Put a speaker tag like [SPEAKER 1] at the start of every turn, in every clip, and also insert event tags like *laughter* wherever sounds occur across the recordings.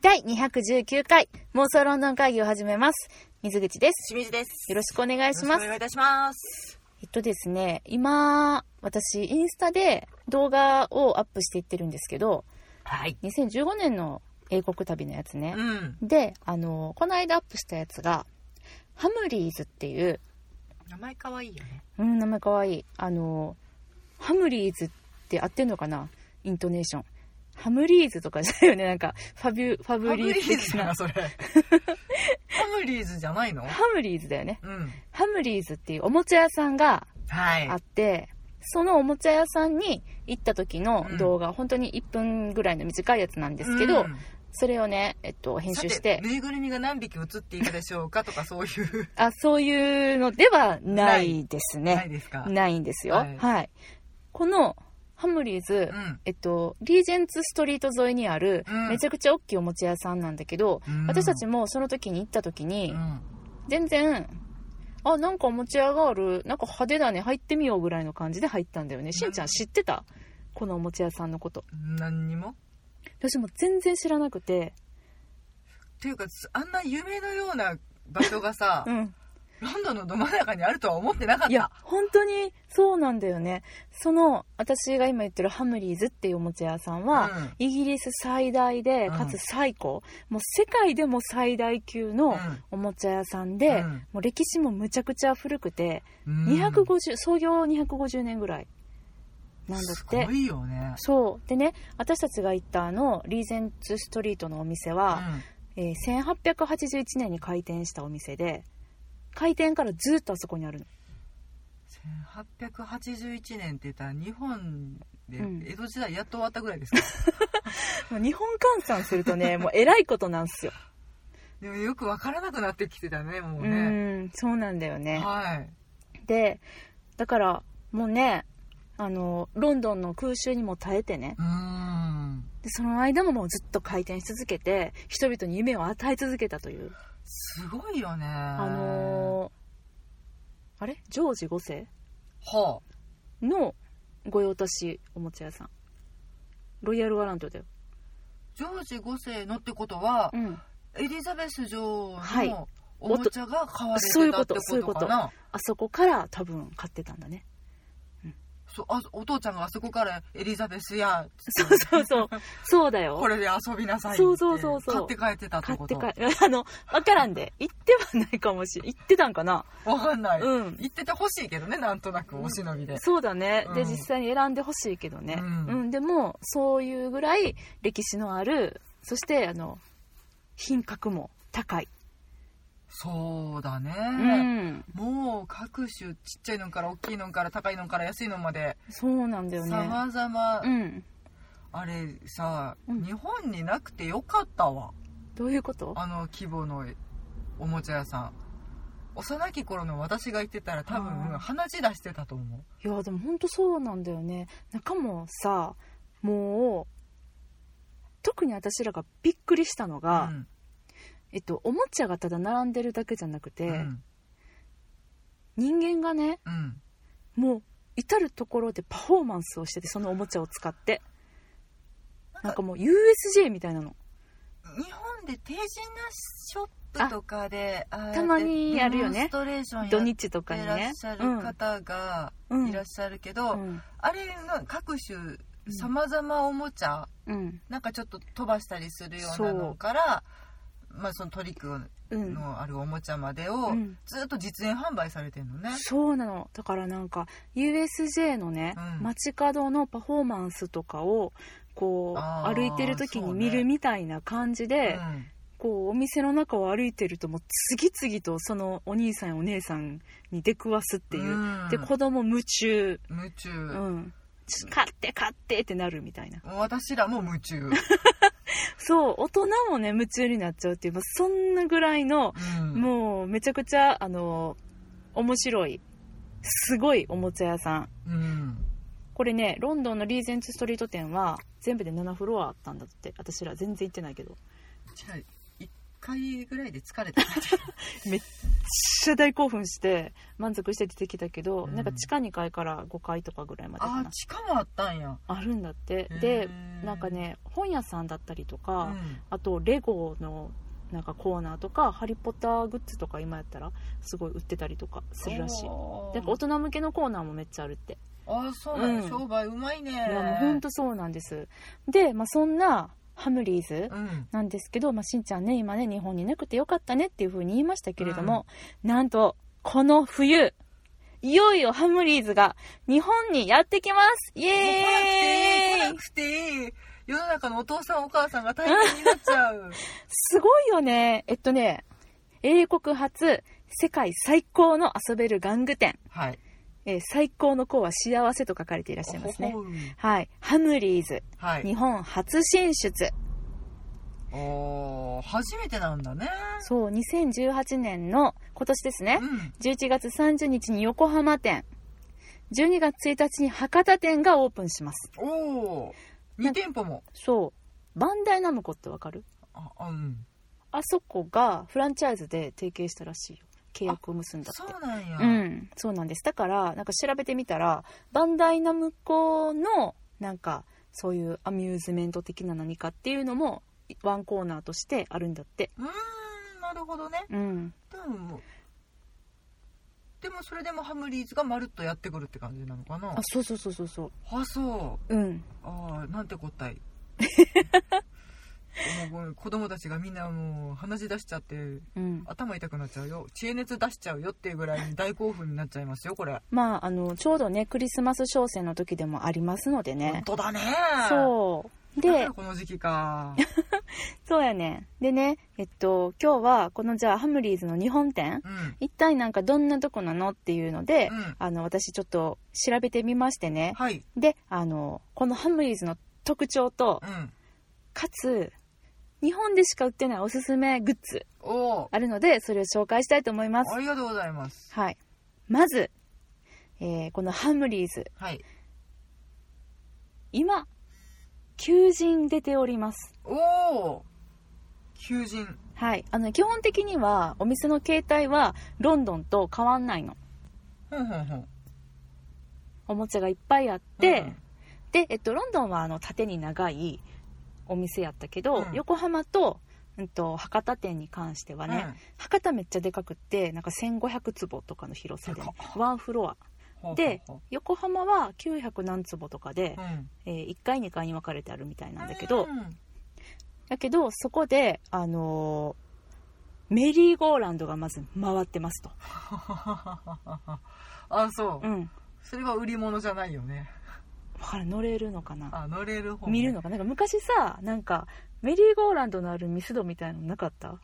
[SPEAKER 1] 第219回妄想ロンドン会議を始めます。水口です。
[SPEAKER 2] 清水です。
[SPEAKER 1] よろしくお願いし
[SPEAKER 2] よろ
[SPEAKER 1] ま
[SPEAKER 2] くお
[SPEAKER 1] す
[SPEAKER 2] 願。いいたします。
[SPEAKER 1] えっとですね、今、私、インスタで動画をアップしていってるんですけど、
[SPEAKER 2] はい。
[SPEAKER 1] 2015年の英国旅のやつね
[SPEAKER 2] う。ん。
[SPEAKER 1] で、あの、この間アップしたやつが、ハムリーズっていう、
[SPEAKER 2] 名前可愛いよね。
[SPEAKER 1] うん、名前かわいい。あの、ハムリーズって合ってんのかなイントネーション。ハムリーズとかじゃないよね。なんか、ファビュ、ファブリーズ的な。 *laughs*
[SPEAKER 2] それ。ハムリーズじゃないの
[SPEAKER 1] ハムリーズだよね。
[SPEAKER 2] うん。
[SPEAKER 1] ハムリーズっていうおもちゃ屋さんが
[SPEAKER 2] はい
[SPEAKER 1] あって、そのおもちゃ屋さんに行った時の動画、本当に1分ぐらいの短いやつなんですけど、
[SPEAKER 2] うん
[SPEAKER 1] それをね、えっと、編集し
[SPEAKER 2] さ
[SPEAKER 1] て、
[SPEAKER 2] ぬいぐるみが何匹映っていたでしょうかとかそういう、
[SPEAKER 1] あ、そういうのではないです
[SPEAKER 2] な
[SPEAKER 1] *laughs* ね
[SPEAKER 2] い。ですか
[SPEAKER 1] ないんですよ、は。
[SPEAKER 2] はいい
[SPEAKER 1] このハムリーズ、
[SPEAKER 2] うん。
[SPEAKER 1] えっと、リージェンツストリート沿いにある
[SPEAKER 2] うん、
[SPEAKER 1] めちゃくちゃ大きいおもちゃ屋さんなんだけど、
[SPEAKER 2] うん
[SPEAKER 1] 私たちもその時に行った時に、
[SPEAKER 2] うん
[SPEAKER 1] 全然、あ、なんかおもちゃ屋がある、なんか派手だね、入ってみようぐらいの感じで入ったんだよね。しんちゃん知ってたこのおもちゃ屋さんのこと。
[SPEAKER 2] 何にも
[SPEAKER 1] 私も全然知らなくて、
[SPEAKER 2] っていうか、あんな夢のような場所がさ
[SPEAKER 1] う、ん。
[SPEAKER 2] ロンドンのど真ん中にあるとは思ってなかった。
[SPEAKER 1] いや、本当にそうなんだよね。その、私が今言ってるハムリーズっていうおもちゃ屋さんは、
[SPEAKER 2] うん
[SPEAKER 1] イギリス最大で、
[SPEAKER 2] うん
[SPEAKER 1] かつ最高、もう世界でも最大級のおもちゃ屋さんで、
[SPEAKER 2] うん
[SPEAKER 1] もう歴史もむちゃくちゃ古くて、
[SPEAKER 2] うん
[SPEAKER 1] 250、創業250年ぐらいなんだっ
[SPEAKER 2] す
[SPEAKER 1] て
[SPEAKER 2] ご。いよね。
[SPEAKER 1] そうでね私たちが行ったあのリーゼンツストリートのお店は、えー1881年に開店したお店で開店からずっとあそこにあるの
[SPEAKER 2] 1881年って言ったら日本で
[SPEAKER 1] うん
[SPEAKER 2] 江戸時代やっと終わったぐら
[SPEAKER 1] *laughs*
[SPEAKER 2] いですか、
[SPEAKER 1] もう日本換算すると *laughs* ねもうえらいことなんすよ、
[SPEAKER 2] でもよく分からなくなってきてたねもう
[SPEAKER 1] う
[SPEAKER 2] ね、
[SPEAKER 1] んそうなんだよね
[SPEAKER 2] はい
[SPEAKER 1] でだからもうねあのロンドンの空襲にも耐えてね
[SPEAKER 2] うーん
[SPEAKER 1] でその間ももうずっと開店し続けて人々に夢を与え続けたという
[SPEAKER 2] すごいよね
[SPEAKER 1] あ
[SPEAKER 2] あ
[SPEAKER 1] のーあれジョージ5世
[SPEAKER 2] はあ
[SPEAKER 1] の御用達おもちゃ屋さんロイヤルワラントだよ、
[SPEAKER 2] ジョージ5世のってことは、
[SPEAKER 1] ん、
[SPEAKER 2] エリザベス女王
[SPEAKER 1] はい
[SPEAKER 2] のおもちゃが買われて
[SPEAKER 1] そういう
[SPEAKER 2] た
[SPEAKER 1] こ
[SPEAKER 2] って
[SPEAKER 1] とそういう
[SPEAKER 2] こ
[SPEAKER 1] こと
[SPEAKER 2] とかな
[SPEAKER 1] あそこから多分買ってたんだね
[SPEAKER 2] そうあお父ちゃんがあそこからエリザベスや
[SPEAKER 1] そう *laughs* そうそうそうだよ
[SPEAKER 2] これで遊びなさいって
[SPEAKER 1] そうそうそうそう
[SPEAKER 2] 買って帰ってたっ
[SPEAKER 1] 買っ
[SPEAKER 2] てこ
[SPEAKER 1] て
[SPEAKER 2] と
[SPEAKER 1] か *laughs* あの分からんで行ってはないかもしれ行ってたんかな
[SPEAKER 2] わかんない、
[SPEAKER 1] うん
[SPEAKER 2] 言っててほしいけどねなんとなくお忍びで、
[SPEAKER 1] そうだね、で
[SPEAKER 2] うん
[SPEAKER 1] 実際に選んでほしいけどね、う
[SPEAKER 2] うんん
[SPEAKER 1] でもそういうぐらい歴史のあるそしてあの品格も高い、
[SPEAKER 2] そうだね、
[SPEAKER 1] うん、
[SPEAKER 2] もう各種ちっちゃいのから大きいのから高いのから安いのまで
[SPEAKER 1] そうなんだよね
[SPEAKER 2] さまざま
[SPEAKER 1] うん
[SPEAKER 2] あれさ、
[SPEAKER 1] うん
[SPEAKER 2] 日本になくてよかったわ
[SPEAKER 1] どういうこと
[SPEAKER 2] あの規模のおもちゃ屋さん幼き頃の私が行ってたら多
[SPEAKER 1] あー
[SPEAKER 2] 分鼻血出してたと思
[SPEAKER 1] いやでも本当そうなんだよね中もさもう特に私らがびっくりしたの
[SPEAKER 2] う、
[SPEAKER 1] が、
[SPEAKER 2] うん
[SPEAKER 1] えっと、おもちゃがただ並んでるだけじゃなくて、
[SPEAKER 2] うん
[SPEAKER 1] 人間がね
[SPEAKER 2] うん
[SPEAKER 1] もう至る所でパフォーマンスをしててそのおもちゃを使ってなんかもう USJ みたいなの
[SPEAKER 2] 日本で手品ショップとかでああやって
[SPEAKER 1] たまにあるよね
[SPEAKER 2] デモンストレーション
[SPEAKER 1] 土
[SPEAKER 2] やっ
[SPEAKER 1] 日とか
[SPEAKER 2] て
[SPEAKER 1] に
[SPEAKER 2] ら
[SPEAKER 1] ね
[SPEAKER 2] っしゃる方が
[SPEAKER 1] うんうん
[SPEAKER 2] いらっしゃるけど、
[SPEAKER 1] うん
[SPEAKER 2] あれの各種さまざまおもちゃ、
[SPEAKER 1] うん
[SPEAKER 2] なんかちょっと飛ばしたりするようなのから、まあ、そのトリック
[SPEAKER 1] うん
[SPEAKER 2] のあるおもちゃまでを、
[SPEAKER 1] うん
[SPEAKER 2] ずっと実演販売されてるのね。
[SPEAKER 1] そうなのだからなんか USJ のね、
[SPEAKER 2] うん
[SPEAKER 1] 街角のパフォーマンスとかをこう
[SPEAKER 2] あー
[SPEAKER 1] 歩いてる時に
[SPEAKER 2] そうね
[SPEAKER 1] 見るみたいな感じで、
[SPEAKER 2] うん
[SPEAKER 1] こうお店の中を歩いてるともう次々とそのお兄さんやお姉さんに出くわすっていう、
[SPEAKER 2] うん
[SPEAKER 1] で子供夢中、
[SPEAKER 2] 夢中、
[SPEAKER 1] うん、ち買って買ってってなるみたいな
[SPEAKER 2] もう私らも夢中、
[SPEAKER 1] そう大人もね夢中になっちゃうっていう、まあ、そんなぐらいの、
[SPEAKER 2] うん
[SPEAKER 1] もうめちゃくちゃあの面白いすごいおもちゃ屋さん
[SPEAKER 2] うん
[SPEAKER 1] これねロンドンのリーゼンツストリート店は全部で7フロアあったんだって私ら全然行ってないけど
[SPEAKER 2] じゃあ行っ回ぐらいで
[SPEAKER 1] *laughs*
[SPEAKER 2] 疲れてきて
[SPEAKER 1] めっちゃ大興奮して満足して出てきたけど、
[SPEAKER 2] うん
[SPEAKER 1] なんか地下2階から5階とかぐらいまでか
[SPEAKER 2] あ
[SPEAKER 1] な
[SPEAKER 2] あ地下もあったんや
[SPEAKER 1] あるんだってで
[SPEAKER 2] へー
[SPEAKER 1] なんかね本屋さんだったりと
[SPEAKER 2] う
[SPEAKER 1] か、
[SPEAKER 2] ん
[SPEAKER 1] あとレゴのなんかコーナーとかハリポッターグッズとか今やったらすごい売ってたりとかするらしい
[SPEAKER 2] おー
[SPEAKER 1] なんか大人向けのコーナーもめっちゃあるって
[SPEAKER 2] ああそうなんや、
[SPEAKER 1] うん
[SPEAKER 2] 商売うまいねい
[SPEAKER 1] いやもうほんとそうなんですで、まあ、そんなハムリーズ
[SPEAKER 2] うん
[SPEAKER 1] なんですけど、まあ、しんちゃんね今ね日本にいなくてよかったねっていうふうに言いましたけれども、なんとこの冬いよいよハムリーズが日本にやってきますイ
[SPEAKER 2] もう来なくていい
[SPEAKER 1] エーイ
[SPEAKER 2] 来なくていい世の中のお父さんお母さんが大変になっちゃう
[SPEAKER 1] すごいよねえっとね英国発世界最高の遊べる玩具店、
[SPEAKER 2] *laughs* はい
[SPEAKER 1] えー最高の子は幸せと書かれていらっしゃいますね
[SPEAKER 2] ほほう
[SPEAKER 1] はいハムリーズ
[SPEAKER 2] はい
[SPEAKER 1] 日本初進出
[SPEAKER 2] おー初めてなんだね
[SPEAKER 1] そう2018年の今年ですね
[SPEAKER 2] うん
[SPEAKER 1] 11月30日に横浜店12月1日に博多店がオープンします
[SPEAKER 2] おお2店舗も
[SPEAKER 1] そうバンダイナムコってわかる
[SPEAKER 2] ああうん
[SPEAKER 1] あそこがフランチャイズで提携したらしいよ契約を結んだ
[SPEAKER 2] そ
[SPEAKER 1] って
[SPEAKER 2] うなんや、
[SPEAKER 1] うんそうなんですだからなんか調べてみたらバンダイナムコのなんかそういうアミューズメント的な何かっていうのもワンコーナーとしてあるんだって
[SPEAKER 2] うーんなるほどね
[SPEAKER 1] うん
[SPEAKER 2] でもでもそれでもハムリーズがまるっとやってくるって感じなのかな
[SPEAKER 1] あそうそうそうそうそ
[SPEAKER 2] あそう
[SPEAKER 1] ううん
[SPEAKER 2] ああなんてこ *laughs* ったいもうもう子供たちがみんなもう鼻血出しちゃって
[SPEAKER 1] うん
[SPEAKER 2] 頭痛くなっちゃうよ知恵熱出しちゃうよっていうぐらいに大興奮になっちゃいますよこれ
[SPEAKER 1] まああのちょうどねクリスマス商戦の時でもありますので
[SPEAKER 2] 本
[SPEAKER 1] ね
[SPEAKER 2] 当だね
[SPEAKER 1] そう
[SPEAKER 2] だか
[SPEAKER 1] で
[SPEAKER 2] らこの時期か
[SPEAKER 1] そうやねんでねえっと今日はこのじゃあハムリーズの日本店
[SPEAKER 2] うん
[SPEAKER 1] 一体なんかどんなとこなのっていうので、
[SPEAKER 2] うん
[SPEAKER 1] あの私ちょっと調べてみましてね
[SPEAKER 2] はい
[SPEAKER 1] であのこのハムリーズの特徴と
[SPEAKER 2] うん
[SPEAKER 1] かつ日本でしか売ってないおすすめグッズ
[SPEAKER 2] おお
[SPEAKER 1] あるのでそれを紹介したいと思います
[SPEAKER 2] ありがとうございます
[SPEAKER 1] はいまず、えーこのハムリーズ
[SPEAKER 2] はい
[SPEAKER 1] 今求人出ております
[SPEAKER 2] おお求人
[SPEAKER 1] はいあの基本的にはお店の携帯はロンドンと変わんないの
[SPEAKER 2] ほんほんほん
[SPEAKER 1] おもちゃがいっぱいあって、
[SPEAKER 2] うん
[SPEAKER 1] で、えっと、ロンドンはあの縦に長いお店やったけど、
[SPEAKER 2] うん
[SPEAKER 1] 横浜と,、うん、と博多店に関してはね、博多めっちゃでかくってなんか1500坪とかの広さで、ね
[SPEAKER 2] でか、
[SPEAKER 1] ワンフロア
[SPEAKER 2] うん
[SPEAKER 1] で
[SPEAKER 2] ほうほ
[SPEAKER 1] 横浜は900何坪とかで
[SPEAKER 2] う、ほううん
[SPEAKER 1] え1階2階に分かれてあるみたいなんだけど、
[SPEAKER 2] うん
[SPEAKER 1] だけどそこで、あのーメリーゴーランドがまず回ってますと、
[SPEAKER 2] *laughs* あそう
[SPEAKER 1] うん、だ
[SPEAKER 2] それは売り物じゃないよね
[SPEAKER 1] から乗れるのかな
[SPEAKER 2] あ乗れる方ね
[SPEAKER 1] 見るのかななんか昔さなんかメリーゴーランドのあるミスドみたいなのなかった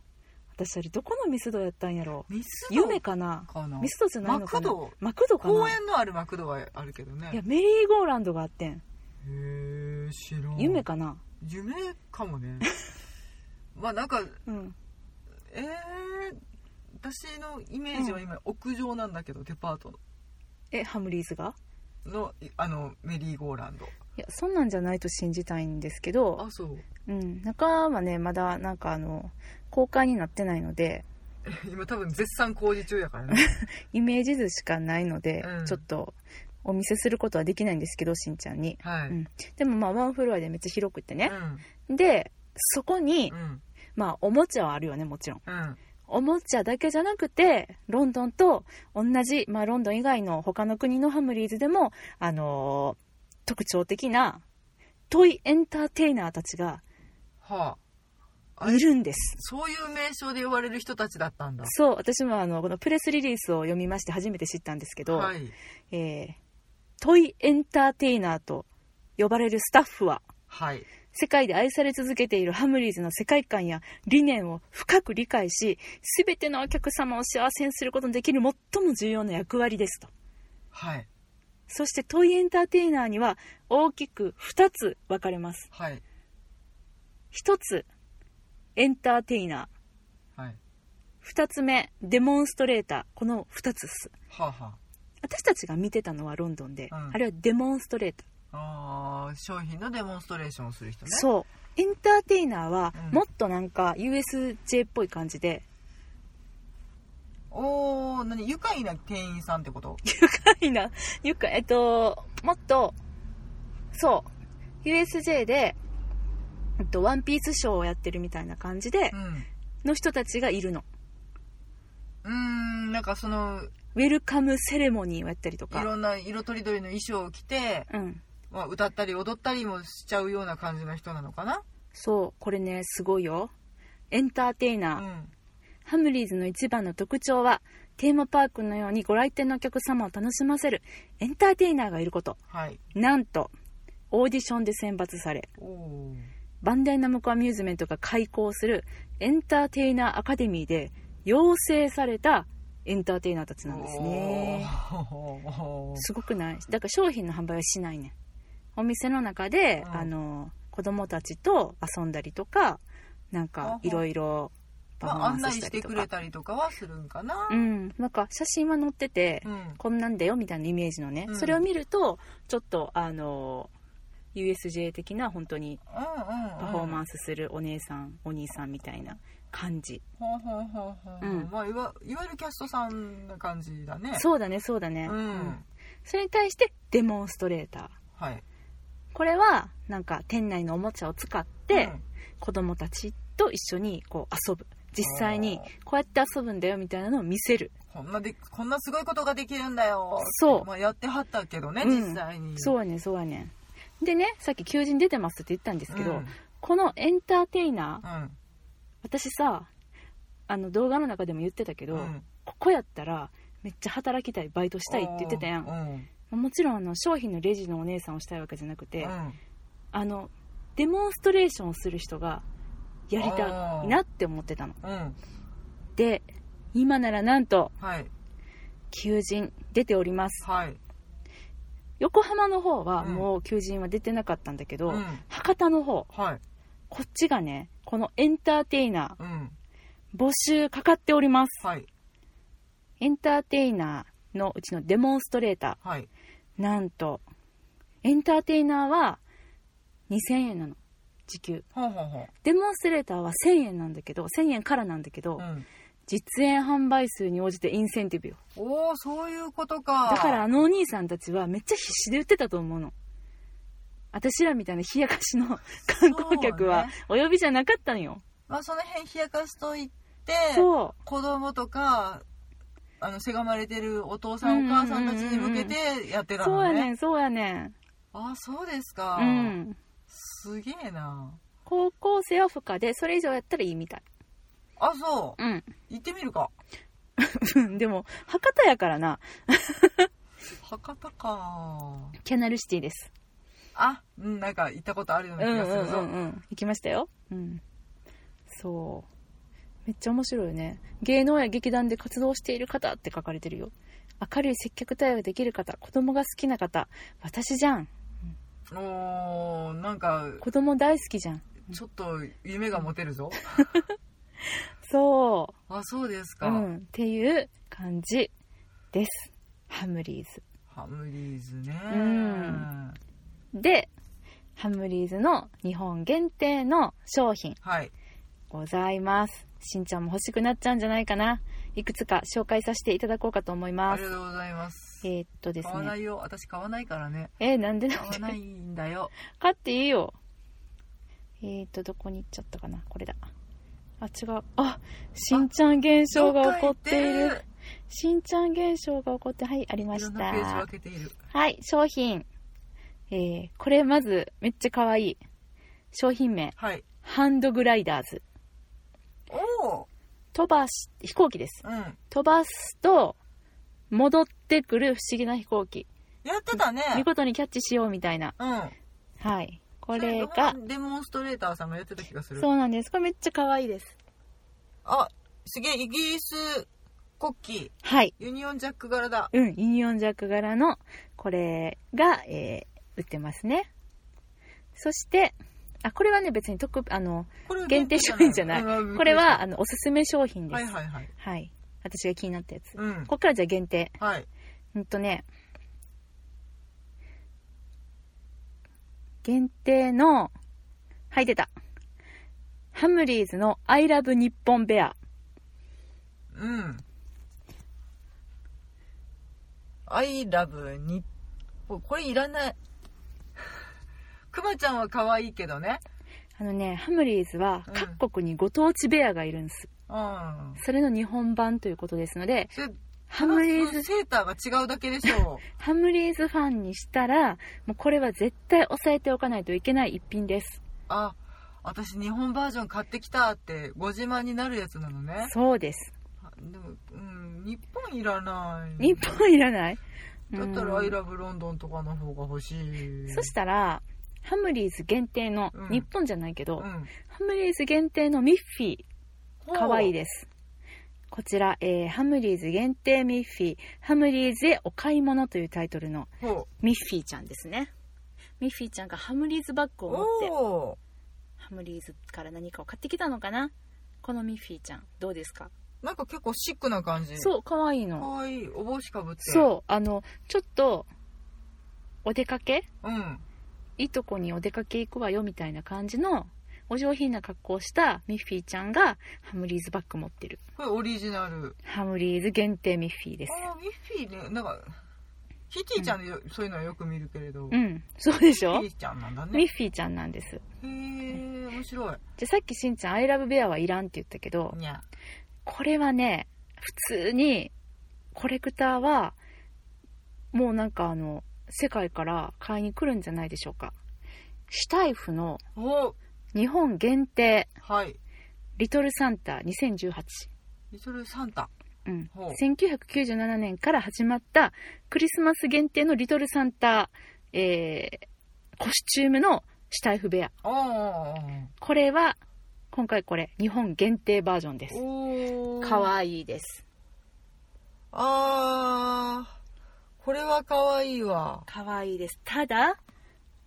[SPEAKER 1] 私あれどこのミスドやったんやろ
[SPEAKER 2] ミスド
[SPEAKER 1] 夢かな
[SPEAKER 2] かな
[SPEAKER 1] ミスドじゃないのかな
[SPEAKER 2] マクド
[SPEAKER 1] マクドかな
[SPEAKER 2] 公園のあるマクドはあるけどね
[SPEAKER 1] いやメリーゴーランドがあってん
[SPEAKER 2] へえ知らん
[SPEAKER 1] 夢かな
[SPEAKER 2] 夢かも
[SPEAKER 1] *laughs*
[SPEAKER 2] ねまあなんか
[SPEAKER 1] うん
[SPEAKER 2] えー、私のイメージは今、屋上なんだけどデパート
[SPEAKER 1] えハムリーズが
[SPEAKER 2] のいあのメリーゴーランド
[SPEAKER 1] いやそんなんじゃないと信じたいんですけど、
[SPEAKER 2] あそう
[SPEAKER 1] うん、中はねまだなんかあの公開になってないので
[SPEAKER 2] え *laughs* 今多分絶賛工事中やからね
[SPEAKER 1] イメージ図しかないので、
[SPEAKER 2] うん
[SPEAKER 1] ちょっとお見せすることはできないんですけどしんちゃんに、
[SPEAKER 2] はい、
[SPEAKER 1] うん、でもまあワンフロアでめっちゃ広くってね
[SPEAKER 2] う、ん
[SPEAKER 1] でそこに、
[SPEAKER 2] うん
[SPEAKER 1] まあおもちゃはあるよねもちろん
[SPEAKER 2] うん
[SPEAKER 1] おもちゃだけじゃなくてロンドンと同じ、まあ、ロンドン以外の他の国のハムリーズでも、あのー特徴的なトイエンターテイナーたちが
[SPEAKER 2] はああれ
[SPEAKER 1] いるんです
[SPEAKER 2] そういう名称で呼ばれる人たちだったんだ
[SPEAKER 1] そう私もあのこのプレスリリースを読みまして初めて知ったんですけど、
[SPEAKER 2] はい
[SPEAKER 1] えートイエンターテイナーと呼ばれるスタッフは
[SPEAKER 2] はい
[SPEAKER 1] 世界で愛され続けているハムリーズの世界観や理念を深く理解し、すべてのお客様を幸せにすることのできる最も重要な役割ですと。
[SPEAKER 2] はい
[SPEAKER 1] そしてトイエンターテイナーには大きく2つ分かれます。
[SPEAKER 2] はい
[SPEAKER 1] 1つ、エンターテイナ
[SPEAKER 2] はい
[SPEAKER 1] ー。2つ目、デモンストレーター。この2つっす。
[SPEAKER 2] はあ、は
[SPEAKER 1] 私たちが見てたのはロンドンで、
[SPEAKER 2] うん
[SPEAKER 1] あれはデモンストレーター。
[SPEAKER 2] あ、あー商品のデモンストレーションをする人ね
[SPEAKER 1] そう。エンターテイナーは
[SPEAKER 2] うん
[SPEAKER 1] もっとなんか USJ っぽい感じで、
[SPEAKER 2] おー何愉快な店員さんってこと
[SPEAKER 1] いいな。ゆか、えっと、もっと、そう、USJ で、えっと、ワンピースショーをやってるみたいな感じで
[SPEAKER 2] う、ん
[SPEAKER 1] の人たちがいるの。
[SPEAKER 2] うーんなんかその
[SPEAKER 1] ウェルカムセレモニーをやったりと
[SPEAKER 2] いろ
[SPEAKER 1] か。
[SPEAKER 2] んな色とりどりの衣装を着て、
[SPEAKER 1] うん。
[SPEAKER 2] まあ、歌ったり踊ったりもしちゃうような感じの人なのかな
[SPEAKER 1] そう、これね、すごいよ。エンターテイナー。
[SPEAKER 2] うん
[SPEAKER 1] ハムリーズの一番の特徴は、テーマパークのようにご来店のお客様を楽しませるエンターテイナーがいること。
[SPEAKER 2] はい
[SPEAKER 1] なんと、オーディションで選抜され、
[SPEAKER 2] おお
[SPEAKER 1] バンダイナムコアミューズメントが開校するエンターテイナーアカデミーで養成されたエンターテイナーたちなんですね。すごくないだから商品の販売はしないねん。お店の中で、
[SPEAKER 2] うん
[SPEAKER 1] あの、子供たちと遊んだりとか、なんかいろいろパ
[SPEAKER 2] ま
[SPEAKER 1] フォー
[SPEAKER 2] あ、
[SPEAKER 1] マ
[SPEAKER 2] 案
[SPEAKER 1] ン
[SPEAKER 2] 内
[SPEAKER 1] スし
[SPEAKER 2] したて
[SPEAKER 1] りと
[SPEAKER 2] く
[SPEAKER 1] か
[SPEAKER 2] れ。たりとかはするんかな
[SPEAKER 1] うん、なんか写真は載ってて、
[SPEAKER 2] うん
[SPEAKER 1] こんなんだよみたいなイメージのね、
[SPEAKER 2] うん
[SPEAKER 1] それを見るとちょっとあの USJ 的な本当にパ
[SPEAKER 2] パ
[SPEAKER 1] フォーマ
[SPEAKER 2] ンス
[SPEAKER 1] ンスするお姉さん、お兄さんみたいな感じ、
[SPEAKER 2] ほうほうほうほう、
[SPEAKER 1] うん
[SPEAKER 2] まあ、いわいわゆるキャストさんな感じだね
[SPEAKER 1] そうだねそうだね、
[SPEAKER 2] ん、
[SPEAKER 1] それに対してデモンストレーター
[SPEAKER 2] はい
[SPEAKER 1] これはなんか店内のおもちゃを使って、
[SPEAKER 2] うん
[SPEAKER 1] 子供たちと一緒にこう遊ぶ実際にこうやって遊ぶんだよみたいなのを見せる
[SPEAKER 2] こんなでこんなすごいことができるんだよ
[SPEAKER 1] そう
[SPEAKER 2] まあ、やってはったけどね、
[SPEAKER 1] うん
[SPEAKER 2] 実際に
[SPEAKER 1] そう
[SPEAKER 2] う
[SPEAKER 1] やねんそうやねんでねさっき求人出てますって言ったんで
[SPEAKER 2] です
[SPEAKER 1] けど、
[SPEAKER 2] うん
[SPEAKER 1] このエンターテイナー
[SPEAKER 2] うん
[SPEAKER 1] 私さあの動画の中でも言ってたけど、
[SPEAKER 2] うん
[SPEAKER 1] ここやったらめっちゃ働きたいバイトしたいって言ってたやん
[SPEAKER 2] う、ん
[SPEAKER 1] もちろんあの商品のレジのお姉さんをしたいわけじゃなくて、
[SPEAKER 2] うん
[SPEAKER 1] あのデモンストレーションをする人がやりたいなって思ってたの
[SPEAKER 2] うん
[SPEAKER 1] で今ならなんと
[SPEAKER 2] はい
[SPEAKER 1] 求人出ております
[SPEAKER 2] はい
[SPEAKER 1] 横浜の方は
[SPEAKER 2] うん
[SPEAKER 1] もう求人は出てなかったんだけど、
[SPEAKER 2] うん
[SPEAKER 1] 博多の方
[SPEAKER 2] はい
[SPEAKER 1] こっちがねこのエンターテイナ
[SPEAKER 2] うん
[SPEAKER 1] ー募集かかっております
[SPEAKER 2] はい
[SPEAKER 1] エンターテイナーのうちのデモンストレーター
[SPEAKER 2] はい
[SPEAKER 1] なんと、エンターテイナーは2000円なの。時給。
[SPEAKER 2] ほうほうほ
[SPEAKER 1] デモンストレーターは1000円なんだけど、1000円からなんだけど、
[SPEAKER 2] う、うん、
[SPEAKER 1] 実演販売数に応じてインセンティブよ。
[SPEAKER 2] おおそういうことか
[SPEAKER 1] だからあのお兄さんたちはめっちゃ必死で売ってたと思うの。私らみたいな冷やかしの観光客はお呼びじゃなかったのよ。
[SPEAKER 2] まあ、その辺冷やかしといて
[SPEAKER 1] そう。
[SPEAKER 2] 子供とかあのせがまれてるお父さんお母さんたちに向けてやってた
[SPEAKER 1] そう
[SPEAKER 2] の
[SPEAKER 1] や
[SPEAKER 2] ね
[SPEAKER 1] ねん、そうやね
[SPEAKER 2] あそうですか、
[SPEAKER 1] ん。うん。
[SPEAKER 2] すげえな
[SPEAKER 1] 高校生は不可で、それ以上やったらいいみたい。
[SPEAKER 2] あそう
[SPEAKER 1] うん。
[SPEAKER 2] 行ってみるか
[SPEAKER 1] うん *laughs* でも、博多やからな、
[SPEAKER 2] 博多か
[SPEAKER 1] キャナルシティです。
[SPEAKER 2] あうんなんか行ったことあるような
[SPEAKER 1] うん
[SPEAKER 2] 気
[SPEAKER 1] うん
[SPEAKER 2] がす
[SPEAKER 1] う
[SPEAKER 2] るぞ、
[SPEAKER 1] んうん行きましたようんそうめっちゃ面白いよね芸能や劇団で活動している方って書かれてるよ明るい接客対応ができる方子供が好きな方私じゃん
[SPEAKER 2] おーなんか
[SPEAKER 1] 子供大好きじゃん
[SPEAKER 2] ちょっと夢が持てるぞ
[SPEAKER 1] そ
[SPEAKER 2] あそうです
[SPEAKER 1] う、
[SPEAKER 2] か、
[SPEAKER 1] うん、っていう感じですハムリーズ
[SPEAKER 2] ハムリーズね
[SPEAKER 1] うんでハムリーズの日本限定の商品
[SPEAKER 2] はい
[SPEAKER 1] ございますしんちゃんも欲しくなっちゃうんじゃないかないくつか紹介させていただこうかと思い
[SPEAKER 2] あ
[SPEAKER 1] ます
[SPEAKER 2] りがとうございます
[SPEAKER 1] えーっとです
[SPEAKER 2] 買わな
[SPEAKER 1] ね。
[SPEAKER 2] いよ私買わないからね
[SPEAKER 1] えーなんでなん
[SPEAKER 2] 買わ
[SPEAKER 1] で
[SPEAKER 2] ないんだ
[SPEAKER 1] *laughs*
[SPEAKER 2] よ
[SPEAKER 1] 買っていいよ。えーっと、どこに行っちゃったかなこれだ。あ、違う。あ、しんちゃん現象が起こってい
[SPEAKER 2] どっか行
[SPEAKER 1] る。しんちゃん現象が起こって、はい、ありま
[SPEAKER 2] いろ
[SPEAKER 1] し
[SPEAKER 2] んなページ
[SPEAKER 1] た
[SPEAKER 2] 分。けている
[SPEAKER 1] はい、商品。えー、これまず、めっちゃ可愛い。商品名、
[SPEAKER 2] はい
[SPEAKER 1] ハンドグライダーズ。
[SPEAKER 2] おお
[SPEAKER 1] 飛ばし、飛行機です。
[SPEAKER 2] うん
[SPEAKER 1] 飛ばすと、戻ってくる不思議な飛行機。
[SPEAKER 2] やってたね
[SPEAKER 1] 見事にキャッチしようみたいな。
[SPEAKER 2] うん
[SPEAKER 1] はい。こ
[SPEAKER 2] こ
[SPEAKER 1] れが、
[SPEAKER 2] デモンストレーターさんもやってた気がする
[SPEAKER 1] そうなんです。これめっちゃ可愛いです。
[SPEAKER 2] あすげえイギリス国旗
[SPEAKER 1] はい。
[SPEAKER 2] ユニオンジャック柄だ
[SPEAKER 1] うん、ユニオンジャック柄の、これが、えー売ってますね。そして、あ、これはね、別に特、あの、
[SPEAKER 2] これ
[SPEAKER 1] 限定商品じゃない
[SPEAKER 2] うん
[SPEAKER 1] これは、あの、おすすめ商品です。
[SPEAKER 2] は
[SPEAKER 1] はいい、
[SPEAKER 2] はいはい
[SPEAKER 1] 私が気になったやつ。こ
[SPEAKER 2] うん
[SPEAKER 1] こからじゃあ限定。
[SPEAKER 2] はい
[SPEAKER 1] うんとね、限定の、はい、出た。ハムリーズの I love 日本ベア。
[SPEAKER 2] うん。I love に、おこれいらない。くまちゃんは可愛いけどね。
[SPEAKER 1] あのね、ハムリーズは
[SPEAKER 2] うん
[SPEAKER 1] 各国にご当地ベアがいるんです。
[SPEAKER 2] うん。
[SPEAKER 1] それの日本版ということですので、
[SPEAKER 2] それ
[SPEAKER 1] ハムリーズ、
[SPEAKER 2] セーターが違うだけでしょ
[SPEAKER 1] ハムリーズファンにしたら、もうこれは絶対押さえておかないといけない一品です。
[SPEAKER 2] う。あ、私日本バージョン買ってきたってご自慢になるやつなのね。
[SPEAKER 1] そうです。
[SPEAKER 2] でも、うん、日本いらない。
[SPEAKER 1] 日本いらない
[SPEAKER 2] だったら
[SPEAKER 1] うん
[SPEAKER 2] I love ロンドンとかの方が欲しい。
[SPEAKER 1] そしたら、ハムリーズ限定の、
[SPEAKER 2] うん
[SPEAKER 1] 日本じゃないけど、
[SPEAKER 2] うん。
[SPEAKER 1] ハムリーズ限定のミッフィー、かわいいです。こちら、えーハムリーズ限定ミッフィー、ハムリーズへお買い物というタイトルの
[SPEAKER 2] す。ほ
[SPEAKER 1] ミッフィーちゃんですね。ミッフィーちゃんがハムリーズバッグ
[SPEAKER 2] う。
[SPEAKER 1] を持って、
[SPEAKER 2] おー
[SPEAKER 1] ハムリーズから何かを買ってきたのかなこのミッフィーちゃん、どうですか
[SPEAKER 2] なんか結構シックな感じ。
[SPEAKER 1] そう、かわいい
[SPEAKER 2] か
[SPEAKER 1] の。
[SPEAKER 2] わいい。お帽子かぶって。
[SPEAKER 1] そう、あの、ちょっと、お出かけ
[SPEAKER 2] う。うん。
[SPEAKER 1] いいとこにお出かけ行くわよみたいな感じのお上品な格好をしたミッフィーちゃんがハムリーズバッグ持ってる
[SPEAKER 2] これオリジナル。
[SPEAKER 1] ハムリーズ限定ミッフィーです
[SPEAKER 2] ああ、ミッフィーね。なんか、キティちゃんでよ、そういうのはよく見るけれど。
[SPEAKER 1] う
[SPEAKER 2] ミ
[SPEAKER 1] んそうでし
[SPEAKER 2] ッ
[SPEAKER 1] ょ
[SPEAKER 2] フィーちゃんなんだ
[SPEAKER 1] ミッ
[SPEAKER 2] ね。
[SPEAKER 1] フィーちゃんなんです
[SPEAKER 2] へえ、面白い。
[SPEAKER 1] じゃあさっきしんちゃん「アイラブベアはいらん」って言ったけど
[SPEAKER 2] にゃ。
[SPEAKER 1] これはね普通にコレクターはもうなんかあの世界から買いに来るんじゃないでしょうかシュタイフの
[SPEAKER 2] お
[SPEAKER 1] 日本限定
[SPEAKER 2] はい。
[SPEAKER 1] リトルサンタ2018
[SPEAKER 2] リトルサンタ。
[SPEAKER 1] うん、
[SPEAKER 2] ほう
[SPEAKER 1] 1997年から始まったクリスマス限定のリトルサンタ、えーコスチュームのシュタイフベア。
[SPEAKER 2] おー
[SPEAKER 1] これは、今回これ、日本限定バージョンです。
[SPEAKER 2] おー。
[SPEAKER 1] か
[SPEAKER 2] いい。
[SPEAKER 1] わいいです。
[SPEAKER 2] ああ、これはかわいいわ。
[SPEAKER 1] かわいいです。ただ、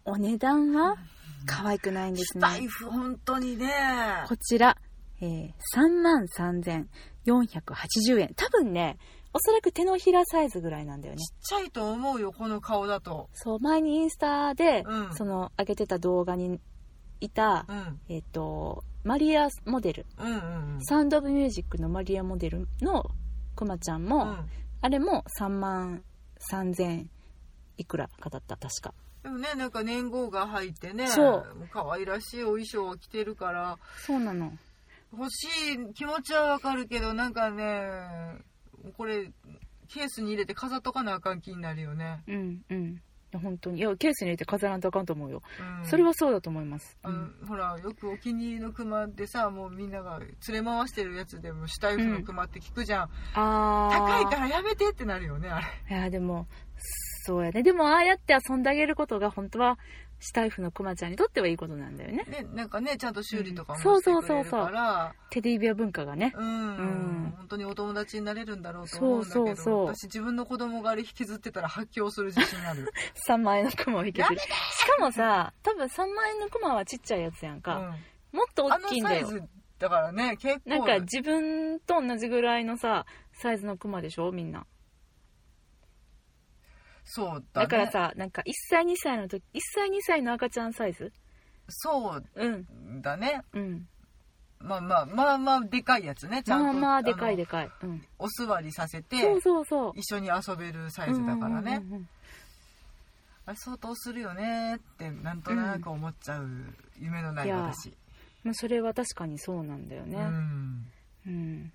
[SPEAKER 1] お値段は、かわいくないんで
[SPEAKER 2] ス
[SPEAKER 1] す
[SPEAKER 2] タイ
[SPEAKER 1] ね。
[SPEAKER 2] フ、本当にね。
[SPEAKER 1] こちら、えー、33,480円。多分ね、おそらく手のひらサイズぐらいなんだよね。
[SPEAKER 2] ちっちゃいと思うよ、この顔だと。
[SPEAKER 1] そう、前にインスタで、
[SPEAKER 2] うん
[SPEAKER 1] その、上げてた動画にいた、
[SPEAKER 2] うん。
[SPEAKER 1] えっ、と、マリアモデル、
[SPEAKER 2] うんうんうん。
[SPEAKER 1] サウンド・オブ・ミュージックのマリアモデルのクマちゃんも、
[SPEAKER 2] うん。
[SPEAKER 1] あれも3万3000いくらかだった、確か。
[SPEAKER 2] でもね、なんか年号が入ってね、
[SPEAKER 1] そう
[SPEAKER 2] もう可愛らしいお衣装を着てるから、
[SPEAKER 1] そうなの。
[SPEAKER 2] 欲しい気持ちはわかるけど、なんかね、これ、ケースに入れて飾っとかなあかん気になるよね。
[SPEAKER 1] うん、うん。いや、本当に。いや、ケースに入れて飾らんとあかんと思うよ。
[SPEAKER 2] うん、
[SPEAKER 1] それはそうだと思います。
[SPEAKER 2] あの、ほら、よくお気に入りの熊でさ、もうみんなが連れ回してるやつでも、下行くの熊って聞くじゃん。
[SPEAKER 1] あ
[SPEAKER 2] 高い
[SPEAKER 1] ー
[SPEAKER 2] からやめてってなるよね、あれ。
[SPEAKER 1] いや、でも、そうやね。でも、ああやって遊んであげることが、本当は、スタイフのクマちゃんにとってはいいことなんだよね。
[SPEAKER 2] ね、なんかね、ちゃんと修理とかも
[SPEAKER 1] うん
[SPEAKER 2] してくれるから、
[SPEAKER 1] テディベア文化がね。
[SPEAKER 2] うん、
[SPEAKER 1] うん
[SPEAKER 2] 本当にお友達になれるんだろうと思うんだけど、
[SPEAKER 1] そうそうそう
[SPEAKER 2] 私自分の子供があれ引きずってたら発狂する自信ある。
[SPEAKER 1] 3万円のクマを引き
[SPEAKER 2] や
[SPEAKER 1] ず
[SPEAKER 2] め
[SPEAKER 1] る。しかもさ、多分3万円のクマはちっちゃいやつやん
[SPEAKER 2] うん
[SPEAKER 1] か。もっと
[SPEAKER 2] あ
[SPEAKER 1] 大
[SPEAKER 2] の
[SPEAKER 1] きいん
[SPEAKER 2] サ
[SPEAKER 1] だ
[SPEAKER 2] イ
[SPEAKER 1] よ。
[SPEAKER 2] ズだからね、結構。
[SPEAKER 1] なんか自分と同じぐらいのさ、サイズのクマでしょみんな。
[SPEAKER 2] そうだ、ね。
[SPEAKER 1] だから。さ、なんか1歳2歳の時、1歳2歳の赤ちゃんサイズ
[SPEAKER 2] そう
[SPEAKER 1] うん。
[SPEAKER 2] だね。
[SPEAKER 1] うん。
[SPEAKER 2] まあまあ、まあまあ、でかいやつね、ちゃん
[SPEAKER 1] まあ
[SPEAKER 2] と。
[SPEAKER 1] まあでかい
[SPEAKER 2] の
[SPEAKER 1] でかい。うん。
[SPEAKER 2] お座りさせて、
[SPEAKER 1] そうそうそう。
[SPEAKER 2] 一緒に遊べるサイズだからね。
[SPEAKER 1] うんうんうんうん。
[SPEAKER 2] あれ相当するよねって、なんとなく思っちゃう夢のない
[SPEAKER 1] いや
[SPEAKER 2] 私。
[SPEAKER 1] まあそれは確かにそうなんだよね
[SPEAKER 2] う。ん。
[SPEAKER 1] うん。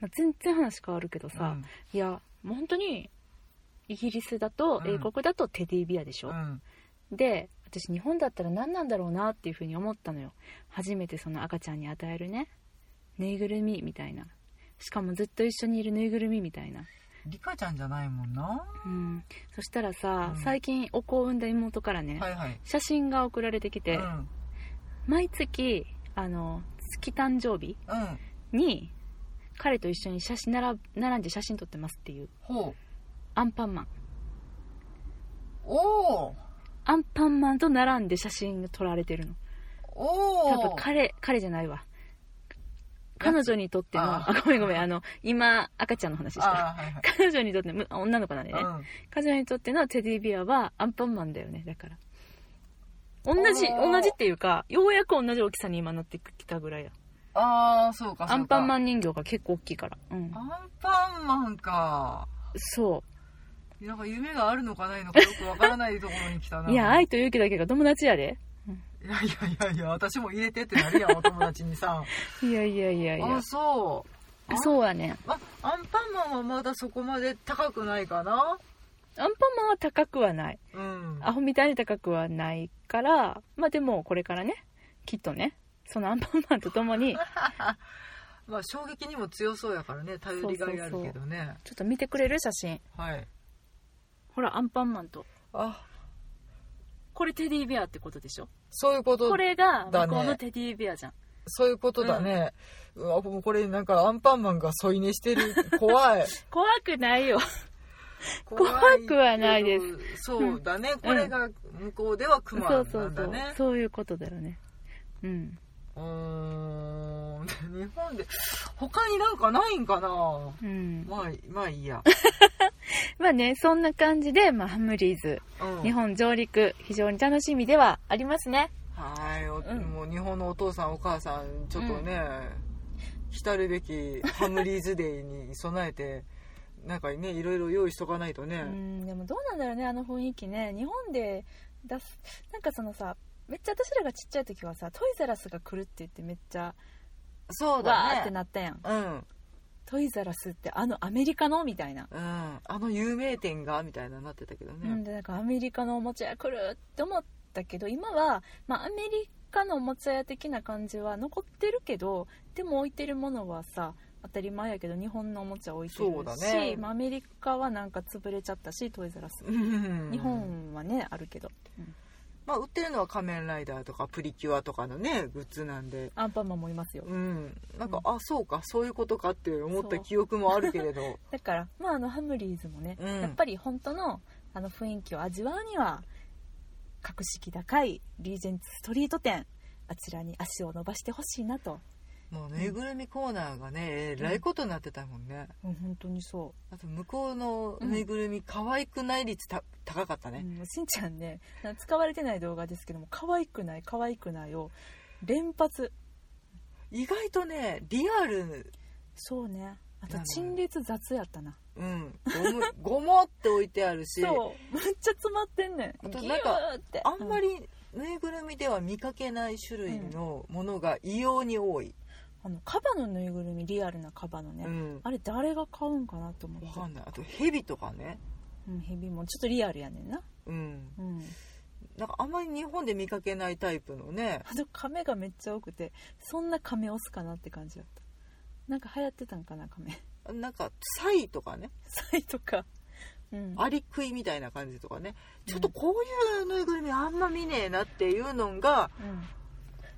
[SPEAKER 1] まあ、全然話変わるけどさ、
[SPEAKER 2] うん
[SPEAKER 1] いや、もう本当に、イギリスだと、
[SPEAKER 2] うん
[SPEAKER 1] 英国だとテディビアでしょ、
[SPEAKER 2] うん。
[SPEAKER 1] で私日本だったら何なんだろうなっていうふうに思ったのよ初めてその赤ちゃんに与えるねぬいぐるみみたいなしかもずっと一緒にいるぬいぐるみみたいな、
[SPEAKER 2] リカちゃんじゃないもんな。
[SPEAKER 1] うん、そしたらさ、
[SPEAKER 2] うん
[SPEAKER 1] 最近お子を産んだ妹からね、
[SPEAKER 2] はいはい。
[SPEAKER 1] 写真が送られてきて、
[SPEAKER 2] うん。
[SPEAKER 1] 毎月あの月誕生日
[SPEAKER 2] うん。
[SPEAKER 1] に彼と一緒に写真並ぶ並んで写真撮ってますっていう
[SPEAKER 2] ほう。
[SPEAKER 1] アンパンマン
[SPEAKER 2] おー
[SPEAKER 1] アンパンマンと並んで写真が撮られてるの
[SPEAKER 2] お
[SPEAKER 1] 多
[SPEAKER 2] ー
[SPEAKER 1] 分彼彼じゃないわ彼女にとっての
[SPEAKER 2] あ
[SPEAKER 1] あごめんごめんあの今赤ちゃんの話した
[SPEAKER 2] あーはいはい。
[SPEAKER 1] 彼女にとってむ女の子なんでね、
[SPEAKER 2] うん
[SPEAKER 1] 彼女にとってのテディビアはアンパンマンだよねだから同じ、
[SPEAKER 2] おー
[SPEAKER 1] 同じっていうか、ようやく同じ大きさに今なってきたぐらいや。
[SPEAKER 2] ああそうかそうか
[SPEAKER 1] アンパンマ
[SPEAKER 2] ン
[SPEAKER 1] ン人形が結構大きいから。うん。
[SPEAKER 2] アンパンマンか
[SPEAKER 1] そ
[SPEAKER 2] なんか夢があるのかないのかよくわからないところに来たな
[SPEAKER 1] う。いや、愛と勇気だけが友達やで。
[SPEAKER 2] いやいやいやいや私も入れてってなるやんお友達にさ
[SPEAKER 1] いやいやいやいや
[SPEAKER 2] あ。そうあ
[SPEAKER 1] そうやね。
[SPEAKER 2] あアンパンマンはまだそこまで高くないかな
[SPEAKER 1] アンパンマンは高くはない。
[SPEAKER 2] うん
[SPEAKER 1] アホみたいに高くはないから、まあでもこれからね、きっとね、そのアンパンマンと共に、
[SPEAKER 2] まあ衝撃にも強そうやからね頼りがいあるけどね
[SPEAKER 1] *laughs* ちょっと見てくれる写真。
[SPEAKER 2] はい
[SPEAKER 1] ほら、アンパンマンと。
[SPEAKER 2] あ
[SPEAKER 1] これテディベアってことでしょ
[SPEAKER 2] そういうこと
[SPEAKER 1] これが向
[SPEAKER 2] だね
[SPEAKER 1] こうのテディベアじゃん。
[SPEAKER 2] そういうことだね、うわもうこれなんかアンパンマンが添い寝して *laughs* る怖い
[SPEAKER 1] 怖くないよ。
[SPEAKER 2] 怖
[SPEAKER 1] 怖くはないです
[SPEAKER 2] そうだね、これが向こうではクマ
[SPEAKER 1] そ
[SPEAKER 2] な
[SPEAKER 1] うそうんそ
[SPEAKER 2] だ
[SPEAKER 1] う
[SPEAKER 2] ね。
[SPEAKER 1] そういうことだよね。うん。
[SPEAKER 2] うーん日本で他になんかないんかな
[SPEAKER 1] うん。
[SPEAKER 2] まあまあいいや、
[SPEAKER 1] まあね、そんな感じで、まあ、ハムリーズ、
[SPEAKER 2] うん、
[SPEAKER 1] 日本上陸、非常に楽しみではありますね。
[SPEAKER 2] はい、お
[SPEAKER 1] うん
[SPEAKER 2] もう日本のお父さんお母さんちょっとね、来るべきハムリーズデーに備えてなんかねいろいろ用意しとかないとね、
[SPEAKER 1] うん、でもどうなんだろうね、あの雰囲気ね。日本で出す、なんかそのさ、めっちゃ私らがちっちゃい時はさ、トイザラスが来るって言ってめっちゃ、
[SPEAKER 2] そ
[SPEAKER 1] わ
[SPEAKER 2] う
[SPEAKER 1] ー
[SPEAKER 2] だ
[SPEAKER 1] って
[SPEAKER 2] ね
[SPEAKER 1] なったやん。
[SPEAKER 2] うん
[SPEAKER 1] トイザラスってあのアメリカのみたいな。
[SPEAKER 2] うん、あの有名店がみたいななってたけどね、
[SPEAKER 1] うん、でなんかアメリカのおもちゃ屋来るって思ったけど今は、まあ、アメリカのおもちゃ屋的な感じは残ってるけどでも置いてるものはさ当たり前やけど日本のおもちゃ置いてる
[SPEAKER 2] そうだ
[SPEAKER 1] し、
[SPEAKER 2] ね
[SPEAKER 1] まあ、アメリカはなんか潰れちゃったしトイザラス、
[SPEAKER 2] うん
[SPEAKER 1] 日本はねあるけど、うん
[SPEAKER 2] まあ売ってるのは仮面ライダーとかプリキュアとかのねグッズなんで
[SPEAKER 1] アンパンマンもいますよ
[SPEAKER 2] うんなんか、あそうかそういうことかって思っ
[SPEAKER 1] そ
[SPEAKER 2] た
[SPEAKER 1] う
[SPEAKER 2] 記憶もあるけ
[SPEAKER 1] *laughs*
[SPEAKER 2] れど
[SPEAKER 1] だから、まあ、あのハムリーズもね、
[SPEAKER 2] うん
[SPEAKER 1] やっぱり本当のあの雰囲気を味わうには格式高いリージェンツストリート店あちらに足を伸ばしてほしいなと
[SPEAKER 2] もうぬいぐるみコーナーがねえらいことになってたもんね、
[SPEAKER 1] うん本当にそう
[SPEAKER 2] あと向こうのぬいぐるみ可愛くない率た高かったね、
[SPEAKER 1] うん、しんちゃんね使われてない動画ですけども可愛くない可愛くないを連発
[SPEAKER 2] 意外とねリアル
[SPEAKER 1] そうねあと
[SPEAKER 2] なの
[SPEAKER 1] 陳列雑やったな
[SPEAKER 2] うんゴムゴモって置いてあるし
[SPEAKER 1] *laughs* そうめっちゃ詰まってんね
[SPEAKER 2] あ
[SPEAKER 1] ん
[SPEAKER 2] と
[SPEAKER 1] ギュ
[SPEAKER 2] なんか
[SPEAKER 1] ーって
[SPEAKER 2] あんまりぬいぐるみでは見かけない種類のものが異様に多い、
[SPEAKER 1] うんあのカバのぬいぐるみリアルなカバのね、
[SPEAKER 2] うん、
[SPEAKER 1] あれ誰が買うんかなと思って
[SPEAKER 2] わかんないあとヘビとかね
[SPEAKER 1] うん、ヘビもちょっとリアルやねんな
[SPEAKER 2] うん
[SPEAKER 1] うん
[SPEAKER 2] なんかあんまり日本で見かけないタイプのね
[SPEAKER 1] あとカメがめっちゃ多くてそんなカメ押すかなって感じだったなんか流行ってたんかなカメ
[SPEAKER 2] なんかサイとかね
[SPEAKER 1] *laughs* サイとかうん
[SPEAKER 2] アリクイみたいな感じとかねちょっとこういうぬいぐるみあんま見ねえなっていうのが
[SPEAKER 1] うん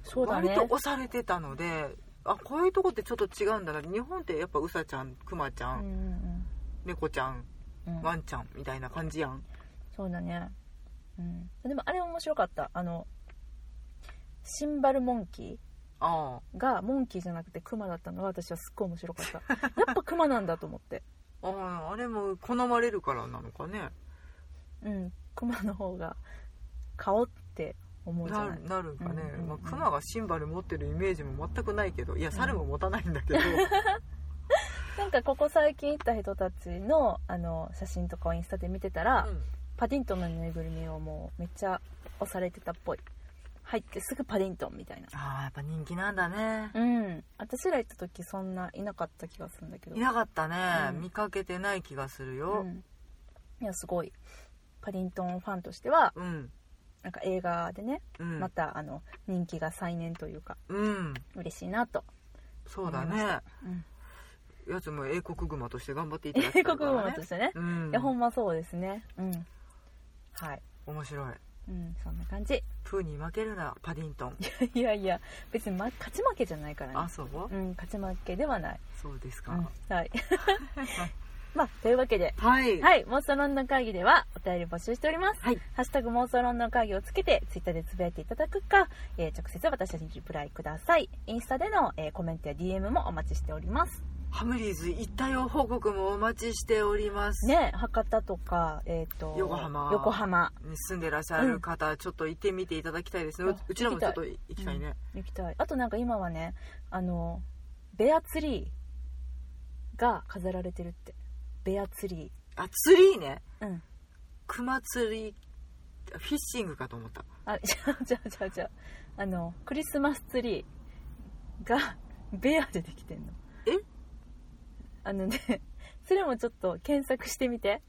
[SPEAKER 1] そうだ
[SPEAKER 2] 割
[SPEAKER 1] ね
[SPEAKER 2] と押されてたので、あこういうとこってちょっと違うんだな日本ってやっぱウサちゃんクマちゃ
[SPEAKER 1] うん
[SPEAKER 2] ん、
[SPEAKER 1] うん
[SPEAKER 2] 猫ちゃん
[SPEAKER 1] うんうん
[SPEAKER 2] ワンちゃんみたいな感じやん
[SPEAKER 1] そうだね、うん、でもあれ面白かったあのシンバルモンキ
[SPEAKER 2] あ
[SPEAKER 1] ーがモンキーじゃなくてクマだったのが私はすっごい面白かったやっぱクマなんだと思って
[SPEAKER 2] ああああれも好まれるからなのかね
[SPEAKER 1] うんクマの方が顔って思うじゃ
[SPEAKER 2] な
[SPEAKER 1] ない
[SPEAKER 2] るなるんかね、
[SPEAKER 1] うんうんうん
[SPEAKER 2] まあ、クマがシンバル持ってるイメージも全くないけどいや猿も持たないんだけ *laughs* ど、
[SPEAKER 1] なんかここ最近行った人たちのあの写真とかをインスタで見てたら、パディントンのぬいぐるみをもうめっちゃ押されてたっぽい入ってすぐパディントンみたいな
[SPEAKER 2] ああやっぱ人気なんだね
[SPEAKER 1] うん私ら行った時そんないなかった気がするんだけど
[SPEAKER 2] いなかったね、
[SPEAKER 1] うん
[SPEAKER 2] 見かけてない気がするよ
[SPEAKER 1] うん、いやすごいパディントンファンとしては
[SPEAKER 2] うん
[SPEAKER 1] なんか映画でね、
[SPEAKER 2] うん、
[SPEAKER 1] またあの人気が再燃というか
[SPEAKER 2] うん
[SPEAKER 1] 嬉しいなと、
[SPEAKER 2] そうだ
[SPEAKER 1] 思いまし
[SPEAKER 2] ね
[SPEAKER 1] うん、
[SPEAKER 2] やつも英国グマとして頑張っていただきた
[SPEAKER 1] 英
[SPEAKER 2] いか
[SPEAKER 1] 国
[SPEAKER 2] ら、ね、
[SPEAKER 1] 語もとしてね、
[SPEAKER 2] うん
[SPEAKER 1] いやほんまそうですねうんはい、
[SPEAKER 2] 面白い
[SPEAKER 1] うん、そんな感じ
[SPEAKER 2] プーに負けるなパディントン
[SPEAKER 1] いやいや別に、ま、勝ち負けじゃないから
[SPEAKER 2] あ
[SPEAKER 1] ね、
[SPEAKER 2] そう、
[SPEAKER 1] うん、勝ち負けではない、
[SPEAKER 2] そうです
[SPEAKER 1] う
[SPEAKER 2] か、
[SPEAKER 1] ん、はい *laughs* まあというわけで
[SPEAKER 2] はい、
[SPEAKER 1] はい、妄想ロンドン会議ではお便り募集しております。
[SPEAKER 2] はい
[SPEAKER 1] ハッシュタグ妄想ロンドン会議をつけて、ツイッターでつぶやいていただくか、えー直接私たちにリプライください。インスタでの、えーコメントや DM もお待ちしております。
[SPEAKER 2] ハムリーズ一体を報告もお待ちしております、
[SPEAKER 1] ね博多とか、えー、と
[SPEAKER 2] 横浜
[SPEAKER 1] 横浜
[SPEAKER 2] に住んでらっしゃる方、ちょっと行ってみていただきたいですねう
[SPEAKER 1] あ
[SPEAKER 2] うちらもちょっと
[SPEAKER 1] 行
[SPEAKER 2] 行きたいね、
[SPEAKER 1] 行きたいあとなんか今はねあのベアツリーが飾られてるってベアツリ
[SPEAKER 2] あ釣りね
[SPEAKER 1] ーうん
[SPEAKER 2] 熊釣りフィッシングかと思った
[SPEAKER 1] あじゃあ *laughs* じゃあじゃあじゃああのクリスマスツリーが *laughs* ベアでできてんの
[SPEAKER 2] え
[SPEAKER 1] あのね *laughs* それもちょっと検索してみて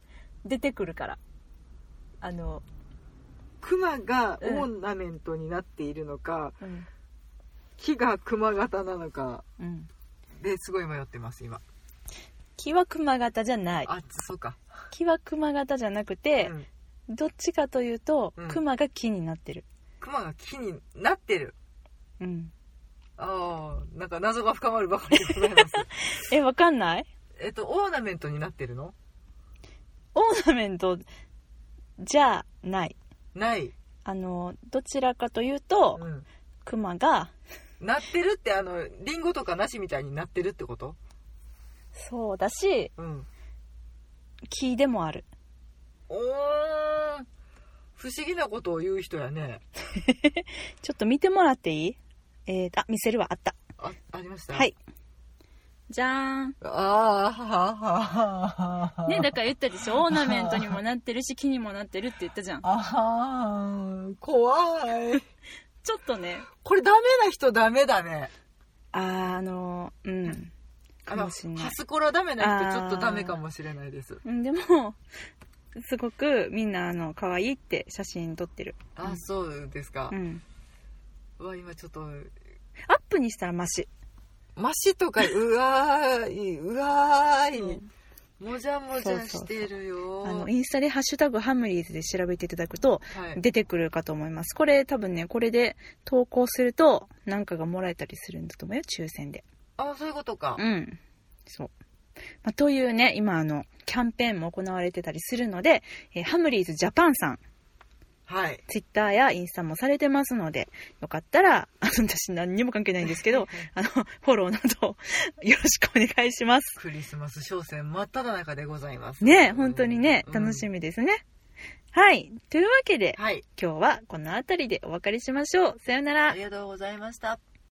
[SPEAKER 1] 出てくるからあの、
[SPEAKER 2] 熊がオーナメントになっているのか、
[SPEAKER 1] うん
[SPEAKER 2] 木が熊型なのか
[SPEAKER 1] うん、
[SPEAKER 2] ですごい迷ってます今
[SPEAKER 1] 木は熊型じゃない
[SPEAKER 2] あそうか、
[SPEAKER 1] 木は熊型じゃなくて
[SPEAKER 2] う、ん、
[SPEAKER 1] どっちかというと、
[SPEAKER 2] うん
[SPEAKER 1] 熊が木になってる
[SPEAKER 2] 熊が木になってる
[SPEAKER 1] うん
[SPEAKER 2] ああなんか謎が深まるばかりでございます *laughs*
[SPEAKER 1] えわかんない
[SPEAKER 2] えっとオーナメントになってるの
[SPEAKER 1] オーナメントじゃない
[SPEAKER 2] ない、
[SPEAKER 1] あのどちらかというと、
[SPEAKER 2] うん、
[SPEAKER 1] クマが
[SPEAKER 2] なってるってあのリンゴとかなしみたいになってるってこと
[SPEAKER 1] そうだし
[SPEAKER 2] うん
[SPEAKER 1] 木でもある
[SPEAKER 2] おー不思議なことを言う人やね
[SPEAKER 1] ちょっと見てもらっていいえーとあ見せるわあった
[SPEAKER 2] あありました
[SPEAKER 1] はいじゃーん
[SPEAKER 2] あーはははは
[SPEAKER 1] ねだから言ったでしょオーナメントにもなってるし *laughs* 木にもなってるって言ったじゃん
[SPEAKER 2] あはー怖い
[SPEAKER 1] ちょっとね
[SPEAKER 2] これダメな人ダメだね
[SPEAKER 1] あーあのうん
[SPEAKER 2] あ
[SPEAKER 1] か
[SPEAKER 2] の
[SPEAKER 1] もしんない
[SPEAKER 2] ハスコラダメな人ちょっと
[SPEAKER 1] あー
[SPEAKER 2] ダメかもしれないです
[SPEAKER 1] うんでもすごくみんなあの可愛いって写真撮ってる
[SPEAKER 2] あそうですか
[SPEAKER 1] う、ん
[SPEAKER 2] うわ今ちょっと
[SPEAKER 1] アップにしたらマシ
[SPEAKER 2] マシとかうわーいうわーい、
[SPEAKER 1] うん
[SPEAKER 2] もじゃもじゃしてるよ
[SPEAKER 1] あのインスタで「ハッシュタグハムリーズ」で調べていただくと
[SPEAKER 2] はい、
[SPEAKER 1] 出てくるかと思いますこれ多分ねこれで投稿するとなんかがもらえたりするんだと思うよ抽選で
[SPEAKER 2] あそういうことか、
[SPEAKER 1] うんそう、まあというね今あのキャンペーンも行われてたりするので、えーハムリーズジャパンさん
[SPEAKER 2] はい
[SPEAKER 1] ツイッターやインスタもされてますのでよかったらあの私何にも関係ないんですけ
[SPEAKER 2] *laughs*
[SPEAKER 1] どあのフォローなどよろしくお願いします
[SPEAKER 2] クリスマス商戦真っ只中でございます
[SPEAKER 1] ね本当にね
[SPEAKER 2] うん
[SPEAKER 1] 楽しみですね、はいというわけで
[SPEAKER 2] はい
[SPEAKER 1] 今日はこの辺りでお別れしましょう。さようなら
[SPEAKER 2] あ。りがとうございました